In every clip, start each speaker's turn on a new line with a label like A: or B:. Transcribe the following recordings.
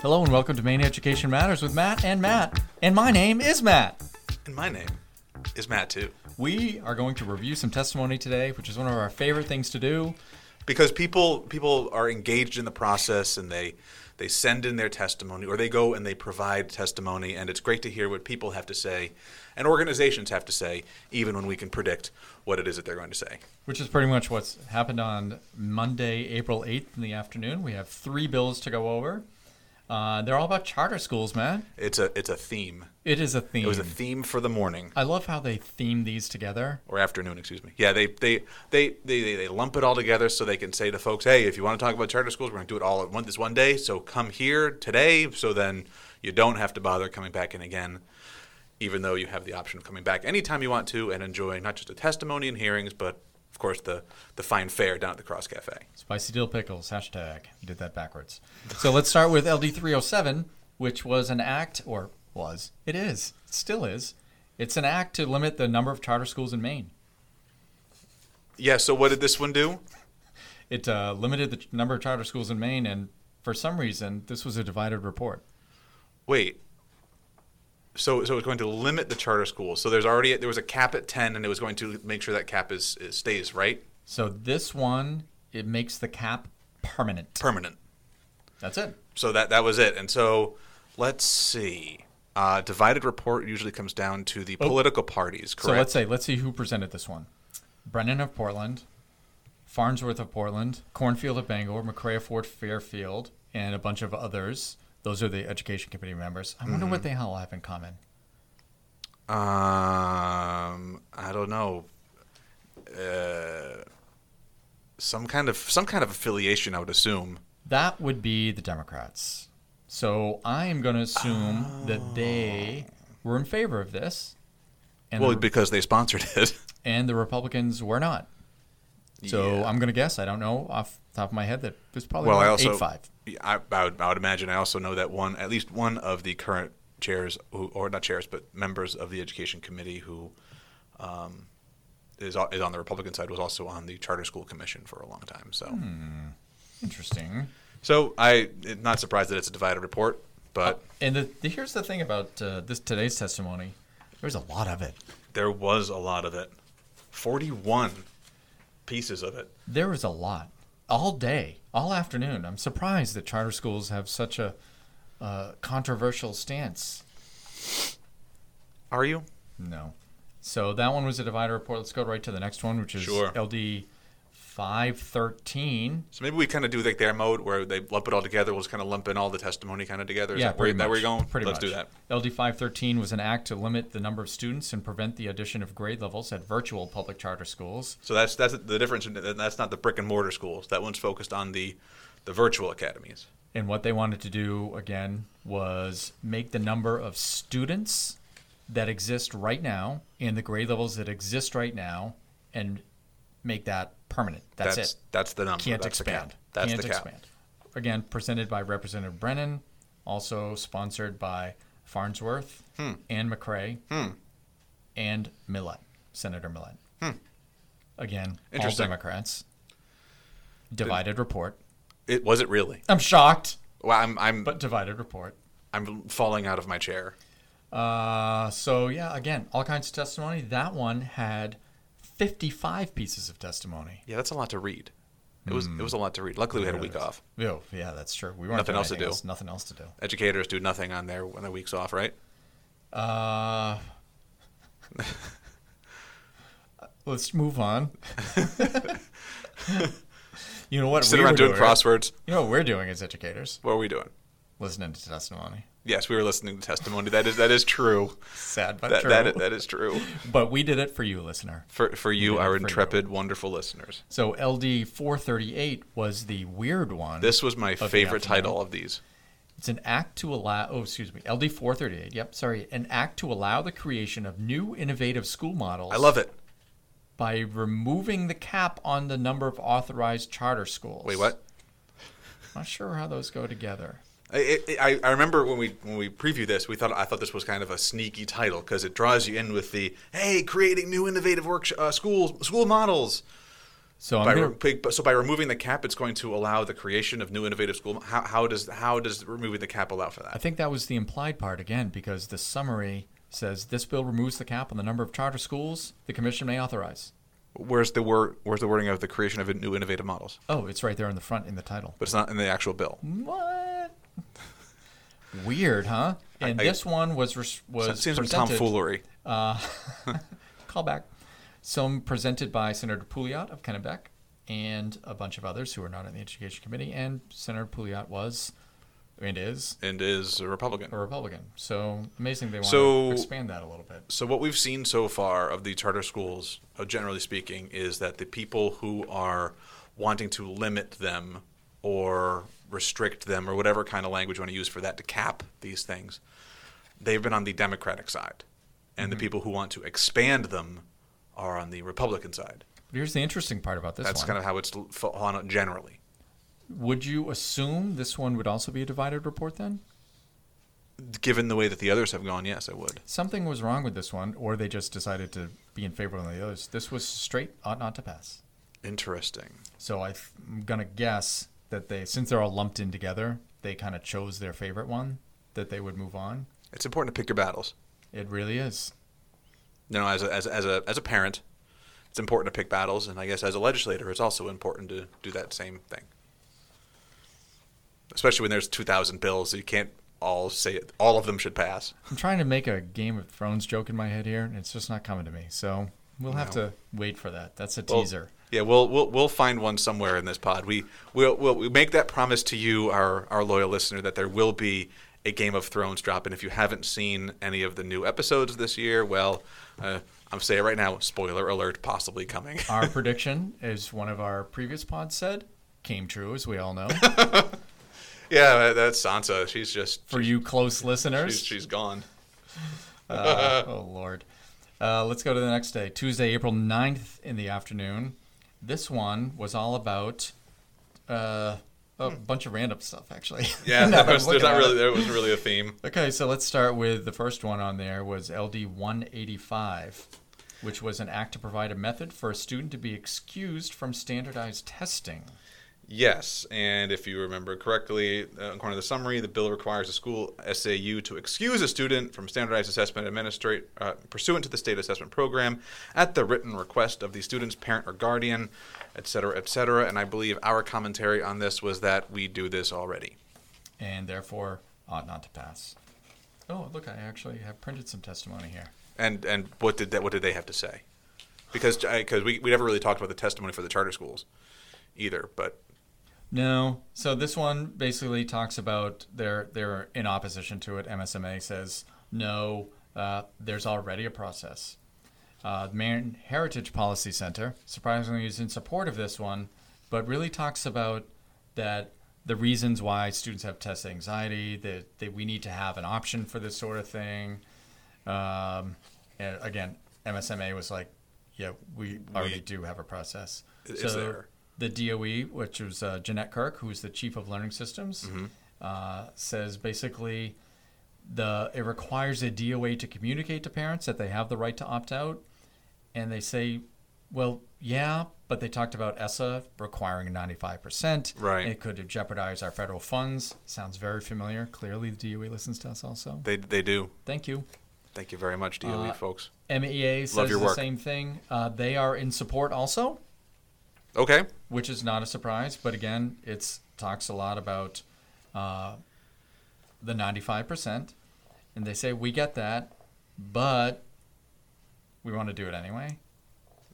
A: Hello and welcome to Maine Education Matters with Matt and Matt. And my name is Matt.
B: And my name is Matt too.
A: We are going to review some testimony today, which is one of our favorite things to do.
B: Because people people are engaged in the process and they they send in their testimony or they go and they provide testimony and it's great to hear what people have to say and organizations have to say even when we can predict what it is that they're going to say.
A: Which is pretty much what's happened on Monday, April 8th in the afternoon. We have three bills to go over. Uh, they're all about charter schools, man.
B: It's a it's a theme.
A: It is a theme.
B: It was a theme for the morning
A: I love how they theme these together.
B: or afternoon, excuse me. Yeah, they they they they, they, they lump it all together so they can say to folks, "Hey, if you want to talk about charter schools, we're going to do it all at one this one day, so come here today so then you don't have to bother coming back in again." Even though you have the option of coming back anytime you want to and enjoying not just the testimony and hearings, but of course the the fine fare down at the Cross Cafe.
A: Spicy dill pickles, hashtag. You did that backwards. So let's start with LD 307, which was an act, or was, it is, still is. It's an act to limit the number of charter schools in Maine.
B: Yeah, so what did this one do?
A: It uh, limited the number of charter schools in Maine, and for some reason, this was a divided report.
B: Wait. So, so it's going to limit the charter schools. So there's already there was a cap at ten, and it was going to make sure that cap is, is stays right
A: So this one, it makes the cap permanent.
B: permanent.
A: That's it.
B: so that that was it. And so let's see. Uh, divided report usually comes down to the political parties,
A: Oh. So let's
B: correct?
A: say, let's see who presented this one. Brennan of Portland, Farnsworth of Portland, Cornfield of Bangor, McCray of Fort Fairfield, and a bunch of others. Those are the education committee members. I wonder what
B: Mm-hmm.
A: they all have in common.
B: um, I don't know. Uh, some kind of some kind of affiliation, I would assume.
A: That would be the Democrats. So I am going to assume that they were in favor of this, and
B: Oh. Well,
A: the,
B: because they sponsored it.
A: and the Republicans were not. So
B: Yeah.
A: I'm going to guess. I don't know off the top of my head that it's probably
B: Well, I
A: around
B: also
A: eight five.
B: I, I, would, I would imagine. I also know that one, at least one of the current chairs, who, or not chairs, but members of the education committee who um, is o- is on the Republican side was also on the charter school commission for a long time. So,
A: Hmm. Interesting.
B: so I it- not surprised that it's a divided report, but
A: And the, the, here's the thing about uh, this today's testimony. There's a lot of it.
B: there was a lot of it, forty one pieces of it.
A: There was a lot all day, all afternoon. I'm surprised that charter schools have such a uh, controversial stance.
B: Are you?
A: No. So that one was a divider report. Let's go right to the next one, which is
B: Sure.
A: LD 513.
B: So maybe we kind of do like their mode where they lump it all together. We'll just kind of lump in all the testimony kind of together. Is that where,
A: pretty
B: that where
A: much.
B: you're going?
A: Pretty
B: Let's
A: much.
B: do that.
A: LD 513 was an act to limit the number of students and prevent the addition of grade levels at virtual public charter schools.
B: So that's that's the difference. and That's not the brick and mortar schools. That one's focused on the the virtual academies.
A: And what they wanted to do again was make the number of students that exist right now and the grade levels that exist right now and make that permanent. That's, it.
B: That's the number.
A: Can't
B: that's
A: expand.
B: The cap. That's
A: Can't
B: the cap.
A: expand. Again, presented by Representative Brennan, also sponsored by Farnsworth
B: Hmm.
A: and McCrae and Millett, Senator Millett. Again, all
B: Hmm. Interesting.
A: Democrats. Divided report.
B: It was it really?
A: I'm shocked,
B: Well, I'm I'm
A: but divided report.
B: I'm falling out of my chair.
A: Uh, so yeah, again, all kinds of testimony. That one had 55 pieces of testimony.
B: Yeah, that's a lot to read. It was it was a lot to read. Luckily, we had a week off.
A: Oh, yeah, that's true. We weren't
B: Nothing
A: doing
B: else to
A: anything
B: do.
A: Nothing else to do.
B: Educators do nothing on their on their weeks off, right?
A: Uh, let's move on. you know what?
B: Sit
A: we
B: around
A: were
B: doing
A: doing?
B: crosswords.
A: You know what we're doing as educators?
B: What are we doing?
A: Listening to testimony.
B: Yes, we were listening to testimony. That is that is true.
A: Sad but
B: That
A: true.
B: that that is true.
A: but we did it for you, listener.
B: For for you,
A: Yeah,
B: our
A: for you.
B: intrepid, wonderful listeners.
A: So LD 438 was the weird one.
B: This was my
A: the
B: favorite
A: afternoon.
B: title of these.
A: It's an act to allow, oh, excuse me, LD 438. Yep, sorry. An act to allow the creation of new innovative school models.
B: I love it.
A: By removing the cap on the number of authorized charter schools.
B: Wait, what?
A: Not sure how those go together.
B: I- It, I, I remember when we when we previewed this, we thought I thought this was kind of a sneaky title because it draws you in with the hey, creating new innovative work uh, schools school models.
A: So I'm
B: by
A: gonna-
B: re- big- so by removing the cap, it's going to allow the creation of new innovative school. How, how does how does removing the cap allow for
A: I
B: that?
A: think that was the implied part again, because the summary says this bill removes the cap on the number of charter schools the commission may authorize.
B: Where's the word? Where's the wording of the creation of new innovative models?
A: Oh, it's right there in the front in the title.
B: But it's not in the actual bill.
A: What? Weird, huh? And
B: I-
A: this one was res-
B: It
A: was
B: seems like
A: presented.
B: tomfoolery.
A: Callback. Some presented by Senator Pouliot of Kennebec and a bunch of others who are not on the Education Committee. And Senator Pouliot was and is
B: and is a Republican.
A: a Republican. So amazing they want
B: So-
A: to expand that a little bit.
B: So what we've seen so far of the charter schools, uh, generally speaking, is that the people who are wanting to limit them or restrict them or whatever kind of language you want to use for that to cap these things, they've been on the Democratic side, and the people who want to expand them are on the Republican side.
A: But here's the interesting part about this
B: That's
A: one.
B: kind of how it's l- fallen out generally.
A: Would you assume this one would also be a divided report then?
B: Given the way that the others have gone, yes, I would.
A: Something was wrong with this one, or they just decided to be in favor of the others. This was straight, ought not to pass.
B: Interesting.
A: So I th- I'm gonna guess that they, since they're all lumped in together, they kind of chose their favorite one that they would move on.
B: It's important to pick your battles.
A: It really is.
B: you know, as a, as a, as a as a parent, it's important to pick battles, and I guess as a legislator, it's also important to do that same thing. Especially when there's two thousand bills, you can't all say it, all of them should pass.
A: I'm trying to make a Game of Thrones joke in my head here, and it's just not coming to me. So we'll have
B: No.
A: to wait for that. That's a
B: Well,
A: teaser.
B: yeah, we'll we'll we'll find one somewhere in this pod. We we'll, we'll we make that promise to you, our our loyal listener, that there will be a Game of Thrones drop, and if you haven't seen any of the new episodes this year, well, uh, I'm saying right now, spoiler alert, possibly coming.
A: our prediction, as one of our previous pods said, came true, as we all know.
B: yeah, that's Sansa. She's just
A: For you close listeners,
B: She's, she's gone.
A: Uh, oh lord uh, let's go to the next day tuesday april 9th in the afternoon this one was all about uh, a bunch of random stuff actually
B: Hmm. Yeah,
A: Now that I'm
B: there's,
A: looking
B: there's not
A: at
B: really
A: it.
B: there wasn't really a theme.
A: okay so let's start with the first one on there was ld 185 which was an act to provide a method for a student to be excused from standardized testing
B: Yes, and if you remember correctly, uh, according to the summary, the bill requires a school SAU to excuse a student from standardized assessment administrate uh, pursuant to the state assessment program at the written request of the student's parent or guardian, et cetera, et cetera. And I believe our commentary on this was that we do this already.
A: and therefore ought not to pass oh look i actually have printed some testimony here
B: And and what did that? What did they have to say? Because because we, we never really talked about the testimony for the charter schools, either. But
A: No. So this one basically talks about they're they're in opposition to it. MSMA says no. Uh, there's already a process. Uh, the Marin Heritage Policy Center surprisingly is in support of this one, but really talks about that the reasons why students have test anxiety that, that we need to have an option for this sort of thing. Um, and again, MSMA was like, yeah, we already
B: We-
A: do have a process
B: It is there.
A: the DOE, which was uh, Jeanette Kirk, who's the chief of learning systems,
B: Mm-hmm.
A: uh, says basically the it requires a DOA to communicate to parents that they have the right to opt out, and they say, well, yeah, but they talked about ESSA requiring 95%.
B: Right.
A: It could jeopardize our federal funds. Sounds very familiar. Clearly, the DOE listens to us also.
B: they they do.
A: Thank you.
B: Thank you very much, DOE
A: Uh,
B: folks.
A: MEA says
B: Love your
A: the
B: work.
A: same thing. Uh, they are in support also.
B: Okay.
A: which is not a surprise. But again, it's talks a lot about uh, the 95%, and they say we get that, but we want to do it anyway.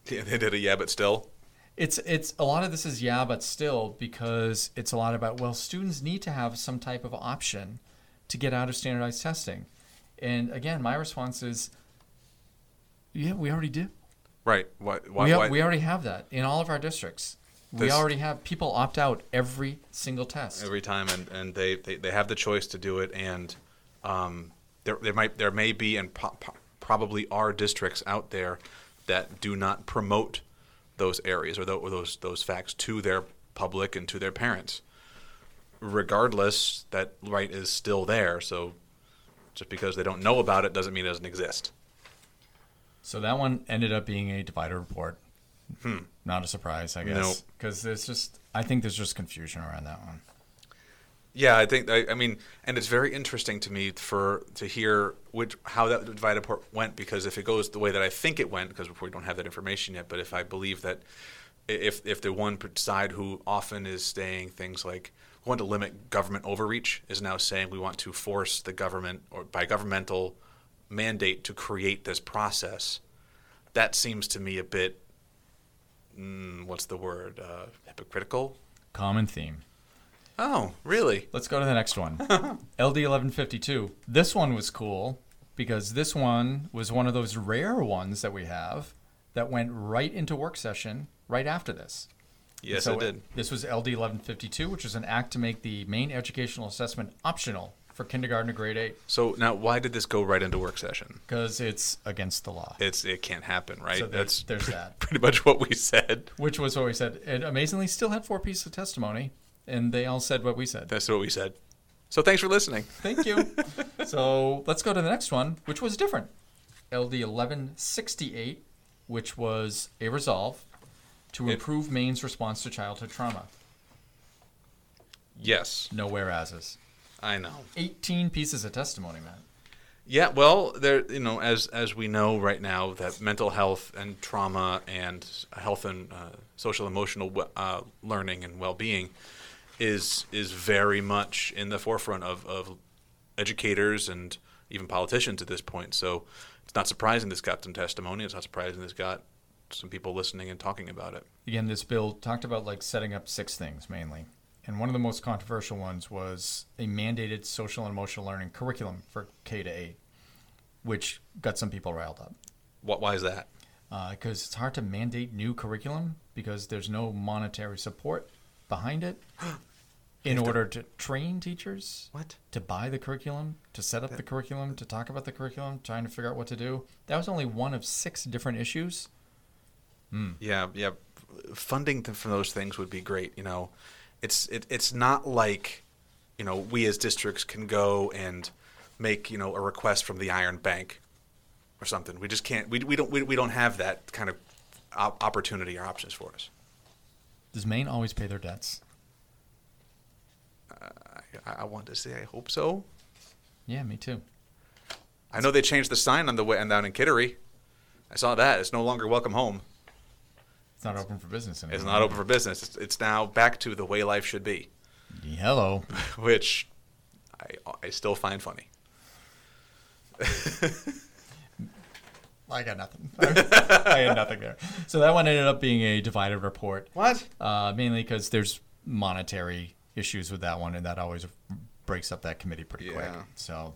B: Yeah, they did a yeah, but still.
A: It's it's a lot of this is yeah, but still because it's a lot about well, students need to have some type of option to get out of standardized testing, and again, my response is, yeah, we already do.
B: Right. Why? Why?
A: we, al-
B: why?
A: we already have that in all of our districts. we
B: This-
A: already have people opt out every single test.
B: every time, and, and they, they, they have the choice to do it, and um, there, there might there may be and po- po- probably are districts out there that do not promote those areas or, tho- or those those facts to their public and to their parents. Regardless, that right is still there. So just because they don't know about it doesn't mean it doesn't exist.
A: So that one ended up being a divider report. Not a surprise, I
B: Hmm. Nope.
A: guess. Because there's just, I think there's just confusion around that one.
B: Yeah, I think I, I mean, and it's very interesting to me for to hear which how that divided port went because if it goes the way that I think it went, because we don't have that information yet, but if I believe that i- if if the one side who often is saying things like we want to limit government overreach is now saying we want to force the government or by governmental mandate to create this process, that seems to me a bit mm, what's the word uh, hypocritical.
A: Common theme.
B: Oh, really?
A: Let's go to the next one. LD1152. This one was cool because this one was one of those rare ones that we have that went right into work session right after this. And
B: Yes,
A: so
B: I did.
A: This was LD 1152, which is an act to make the main educational assessment optional for kindergarten to grade 8
B: So now, why did this go right into work session?
A: because it's against the law.
B: It's it can't happen, right?
A: So there-
B: That's
A: there's that.
B: pretty much what we said.
A: Which was what we said. It amazingly still had four pieces of testimony, and they all said what we said.
B: That's what we said. So thanks for listening.
A: Thank you. so let's go to the next one, which was different. LD 1168, which was a resolve to improve Maine's response to childhood trauma.
B: Yes,
A: No whereases.
B: I know.
A: 18 pieces of testimony, man.
B: Yeah, well, there you know, as as we know right now, that mental health and trauma and health and uh, social emotional we- uh, learning and well being is is very much in the forefront of, of educators and even politicians at this point. So it's not surprising this got some testimony. It's not surprising this got some people listening and talking about it.
A: again, this bill talked about like setting up six things mainly. And one of the most controversial ones was a mandated social and emotional learning curriculum for K to eight, which got some people riled up
B: What? Why is that?
A: because Uh, it's hard to mandate new curriculum because there's no monetary support behind it in order to train teachers
B: What?
A: to buy the curriculum, to set up the curriculum, to talk about the curriculum, trying to figure out what to do. That was only one of six different issues.
B: Yeah, yeah. Funding th- for those things would be great. You know, it's it, it's not like you know we as districts can go and make you know a request from the Iron Bank or something. We just can't. We, we don't we, we don't have that kind of op- opportunity or options for us.
A: Does Maine always pay their debts?
B: I, I want to say I hope so.
A: Yeah, me too.
B: I know they changed the sign on the way and down in Kittery. I saw that. It's no longer welcome home.
A: It's not open for business anymore.
B: It's not open for business. It's, it's now back to the way life should be,
A: Hello.
B: which I, I still find funny.
A: I got nothing. I had nothing there. So that one ended up being a divided report,
B: What?
A: uh, mainly because there's monetary issues with that one, and that always breaks up that committee pretty quick.
B: Yeah.
A: So,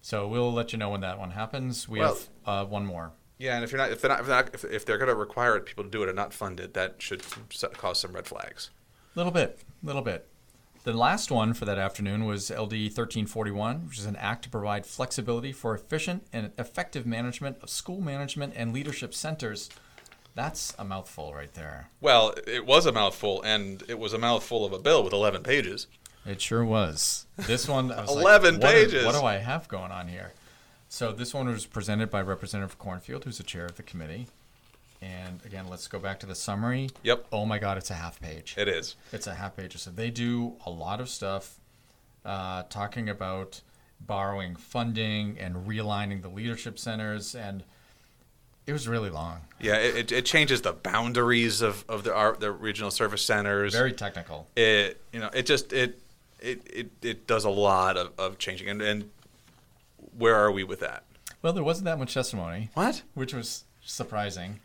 A: so we'll let you know when that one happens. We
B: Well-
A: have uh, one more.
B: Yeah, and if you're not, if they're not, if they're, not, if, if they're going to require it, people to do it and not fund it, that should s- cause some red flags.
A: Little bit, little bit. The last one for that afternoon was LD 1341, which is an act to provide flexibility for efficient and effective management of school management and leadership centers. That's a mouthful right there.
B: Well, it was a mouthful, and it was a mouthful of a bill with 11 pages.
A: It sure was. This one, I was like,
B: 11
A: what do-
B: pages.
A: What do I have going on here? So this one was presented by Representative Cornfield, who's the chair of the committee. And again, let's go back to the summary.
B: Yep.
A: Oh my God, it's a half page.
B: It is.
A: It's a half page. So they do a lot of stuff, uh, talking about borrowing funding and realigning the leadership centers, and it was really long,
B: Yeah, it, it, it changes the boundaries of, of the, our, the regional service centers.
A: very technical.
B: it you know it just it it it, it does a lot of, of changing and, and where are we with that
A: Well, there wasn't that much testimony,
B: what
A: which was surprising.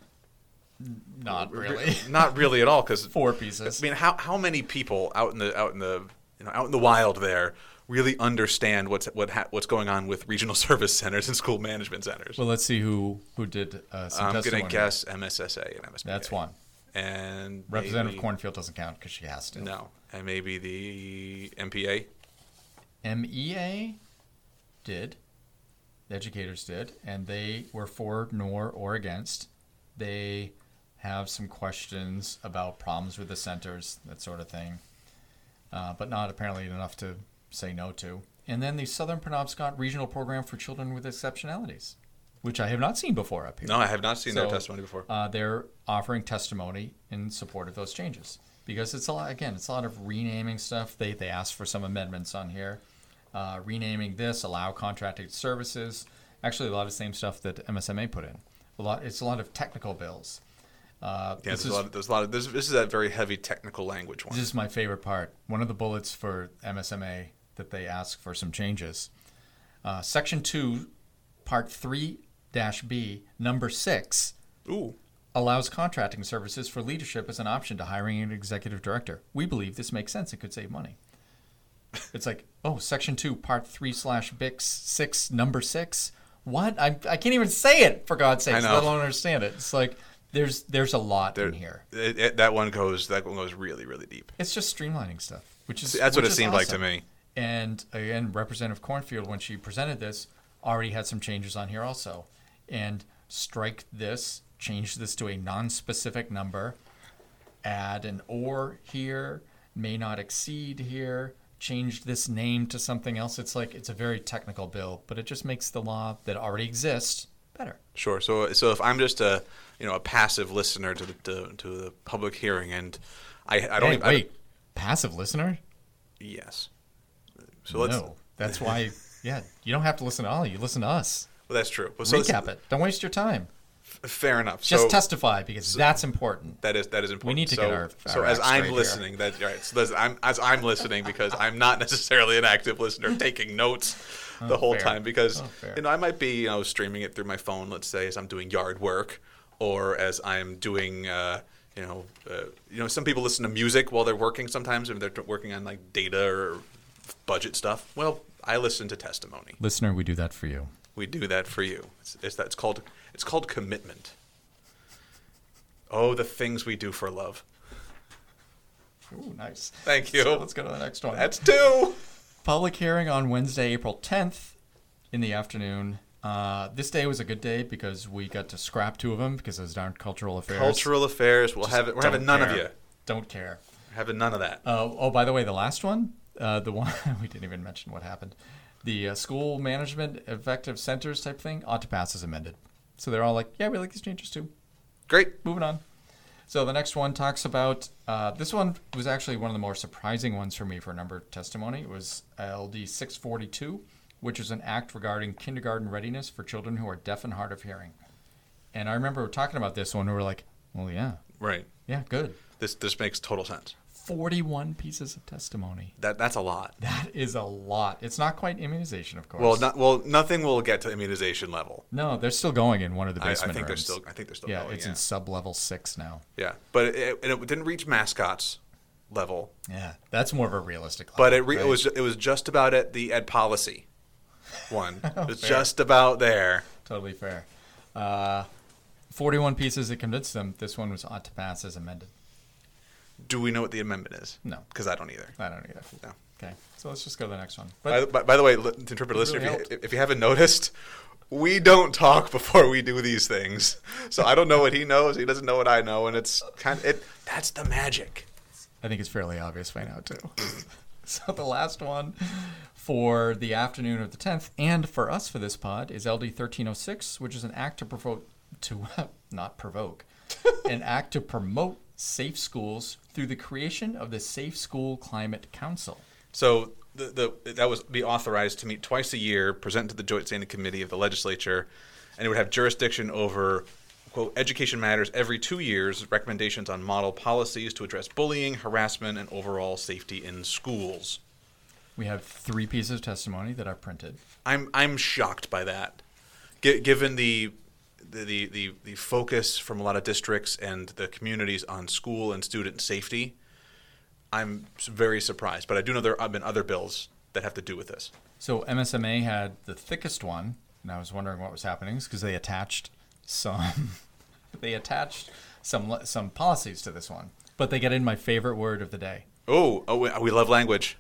A: N- Not really.
B: not really at all because
A: Four
B: i
A: pieces.
B: mean how, how many people out in the out in the you know out in the wild there really understand what's what ha- what's going on with regional service centers and school management centers
A: Well, let's see who who did uh, some
B: i'm
A: testimony.
B: gonna guess mssa and msp
A: That's one.
B: and
A: Representative
B: maybe-
A: Cornfield doesn't count because she has to.
B: no and maybe the mpa
A: MEA E did. The educators did, and they were for nor or against. They have some questions about problems with the centers, that sort of thing, uh, but not apparently enough to say no to. And then the Southern Penobscot Regional Program for Children with Exceptionalities. which I have not seen before up here.
B: No, I have not seen their
A: So,
B: testimony before.
A: Uh, they're offering testimony in support of those changes because it's a lot. Again, it's a lot of renaming stuff. They they asked for some amendments on here, uh, renaming this, allow contracted services. Actually, a lot of the same stuff that MSMA put in. A lot. It's a lot of technical bills. Uh,
B: yeah,
A: this
B: there's a
A: is-
B: lot. Of, there's a lot of this. This is that very heavy technical language one.
A: this is my favorite part. One of the bullets for MSMA that they ask for some changes. Uh, Section 2, Part 3 B, Number 6,
B: Ooh,
A: allows contracting services for leadership as an option to hiring an executive director. We believe this makes sense. It could save money. It's like, oh, Section 2, Part 3 slash Bix 6, Number 6. What? I, I can't even say it, for God's sake.
B: I
A: I
B: know.
A: don't understand it. It's like, there's, there's a lot
B: there-
A: in here.
B: it- it- that one goes. That one goes really, really deep.
A: It's just streamlining stuff, which is
B: That's what
A: which
B: it
A: is
B: seemed like to
A: awesome.
B: me.
A: And again, Representative Cornfield, when she presented this, already had some changes on here also. And strike this, change this to a non-specific number, add an or here, may not exceed here, change this name to something else. It's like it's a very technical bill, but it just makes the law that already exists better.
B: Sure. So, so if I'm just a, you know, a passive listener to the to, to the public hearing, and I, I don't
A: Hey,
B: even, I
A: wait, passive listener?
B: don't- yes. So let's.
A: no, that's why. Yeah, you don't have to listen to Ollie. You listen to us.
B: Well, that's true. Well, so let's-
A: Recap it. Don't waste your time.
B: Fair enough.
A: Just
B: so
A: testify because that's important.
B: That is that is important.
A: need to
B: so,
A: get our-
B: so
A: our
B: as
A: act straight
B: I'm
A: here.
B: listening, that's right. So that's, I'm as I'm listening because I'm not necessarily an active listener taking notes the whole
A: fair.
B: time because
A: Oh, fair.
B: you know I might be you know streaming it through my phone. Let's say as I'm doing yard work or as I'm doing. Uh, you know, uh, you know. Some people listen to music while they're working. Sometimes, if they're t- working on like data or budget stuff, well, I listen to testimony.
A: Listener, we do that for you.
B: We do that for you. It's, it's that's called it's called commitment. Oh, the things we do for love.
A: Ooh, nice.
B: Thank you.
A: So let's go to the next one.
B: That's two.
A: Public hearing on Wednesday, April 10th in the afternoon. Uh, this day was a good day because we got to scrap two of them because those darn cultural affairs.
B: Cultural affairs. We'll have it. We're
A: Don't
B: having none of
A: care.
B: you.
A: Don't care.
B: We're having none of that.
A: Uh, oh, by the way, the last one, uh, the one we didn't even mention what happened. The uh, school management effective centers type thing ought to pass as amended. So they're all like, yeah, we like these changes too.
B: Great.
A: moving on. So the next one talks about uh, this one was actually one of the more surprising ones for me for number of testimony. It was LD 642, which is an act regarding kindergarten readiness for children who are deaf and hard of hearing. And I remember talking about this one. We were like, well, yeah,
B: Right.
A: yeah, good.
B: This this makes total sense.
A: 41 pieces of testimony.
B: That that's a lot.
A: That is a lot. It's not quite immunization, of course.
B: Well, not well. Nothing will get to immunization level.
A: no, they're still going in one of the
B: I, I
A: basement
B: think they're
A: rooms.
B: still. I think they're still.
A: yeah,
B: going,
A: it's
B: yeah.
A: in sub level six now.
B: yeah. But it, and it didn't reach mascots level.
A: Yeah, that's more of a realistic.
B: But
A: level,
B: it, re- it
A: Oh, right?
B: was it was just about at the ed policy one.
A: Oh,
B: It was just about there.
A: Totally fair. Uh, 41 pieces that convinced them this one was ought to pass as amended.
B: Do we know what the amendment is?
A: No.
B: because I don't either.
A: I don't get it.
B: No.
A: Okay, so let's just go to the next one. But
B: By, the- by, by the way, li- to interpret listener,
A: really
B: if, you, if you haven't noticed, we don't talk before we do these things. So I don't know what he knows. He doesn't know what I know, and it's kind of it. That's the magic.
A: I think it's fairly obvious by now, too. so the last one for the afternoon of the 10th and for us for this pod is LD 1306, which is an act to provoke, to not provoke, an act to promote safe schools through the creation of the Safe School Climate Council.
B: So the, the that was be authorized to meet twice a year, present to the Joint Standing Committee of the Legislature, and it would have jurisdiction over quote education matters every two years, recommendations on model policies to address bullying, harassment, and overall safety in schools.
A: We have three pieces of testimony that are printed.
B: I'm I'm shocked by that, G- given the, the the the the focus from a lot of districts and the communities on school and student safety. I'm s- very surprised, but I do know there have been other bills that have to do with this.
A: So MSMA had the thickest one, and I was wondering what was happening because they attached some, they attached some le- some policies to this one. But they get in my favorite word of the day,
B: Oh, oh, we, we love language.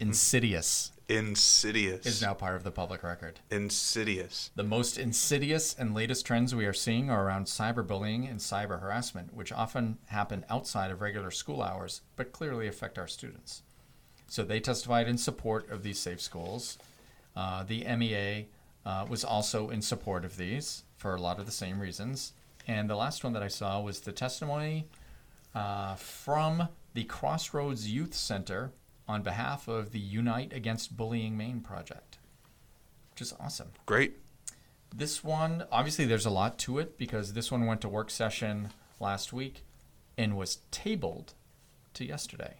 A: insidious,
B: Insidious.
A: is now part of the public record.
B: Insidious.
A: The most insidious and latest trends we are seeing are around cyberbullying and cyber harassment, which often happen outside of regular school hours but clearly affect our students. So they testified in support of these safe schools. Uh, the MEA uh, was also in support of these for a lot of the same reasons. And the last one that I saw was the testimony uh, from the Crossroads Youth Center on behalf of the Unite Against Bullying Maine project, which is awesome.
B: Great.
A: This one, obviously, there's a lot to it because this one went to work session last week and was tabled to yesterday,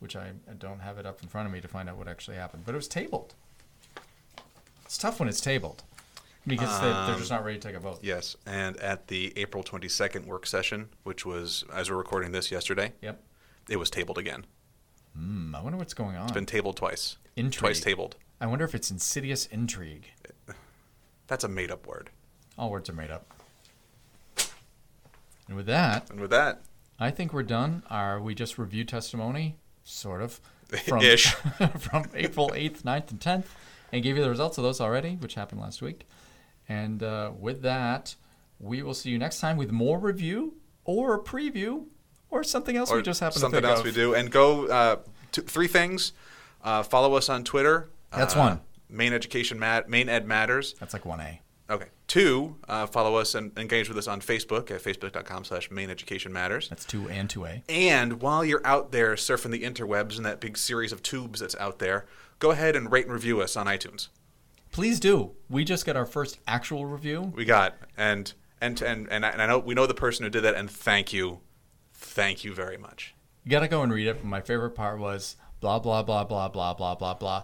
A: which I I don't have it up in front of me to find out what actually happened, but it was tabled. It's tough when it's tabled because they- they're
B: Um,
A: just not ready to take a vote.
B: Yes. And at the April 22nd work session, which was, as we're recording this yesterday,
A: Yep.
B: it was tabled again.
A: Hmm, I wonder what's going on.
B: It's been tabled twice. Twice
A: Intrigue.
B: tabled.
A: I wonder if it's insidious intrigue.
B: That's a made up word.
A: All words are made up. And with that,
B: And with that,
A: I think we're done. Our we just reviewed testimony, sort of, from
B: Ish.
A: from April eighth, 9th, and tenth, and gave you the results of those already, which happened last week. And uh, with that, we will see you next time with more review or a preview or something else we just happened
B: something
A: to think of.
B: else we do. And go uh, t- three things. Uh, follow us on Twitter.
A: That's
B: Uh,
A: one.
B: Main Education Mat- Main Ed Matters.
A: That's like one A.
B: Okay. Two, uh, follow us and engage with us on Facebook at facebook.com slash Main Education Matters.
A: That's two and two A.
B: And while you're out there surfing the interwebs and that big series of tubes that's out there, go ahead and rate and review us on iTunes.
A: Please do. We just got our first actual review.
B: We got and and and and I, and I know we know the person who did that, and thank you, thank you very much.
A: You gotta go and read it. But my favorite part was blah blah blah blah blah blah blah blah,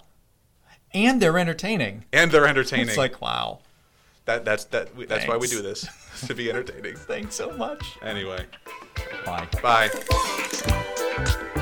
A: and they're entertaining.
B: And they're entertaining.
A: It's like wow.
B: that that's that we, that's why we
A: Thanks.
B: do this to be entertaining.
A: Thanks so much.
B: Anyway,
A: Bye.
B: bye.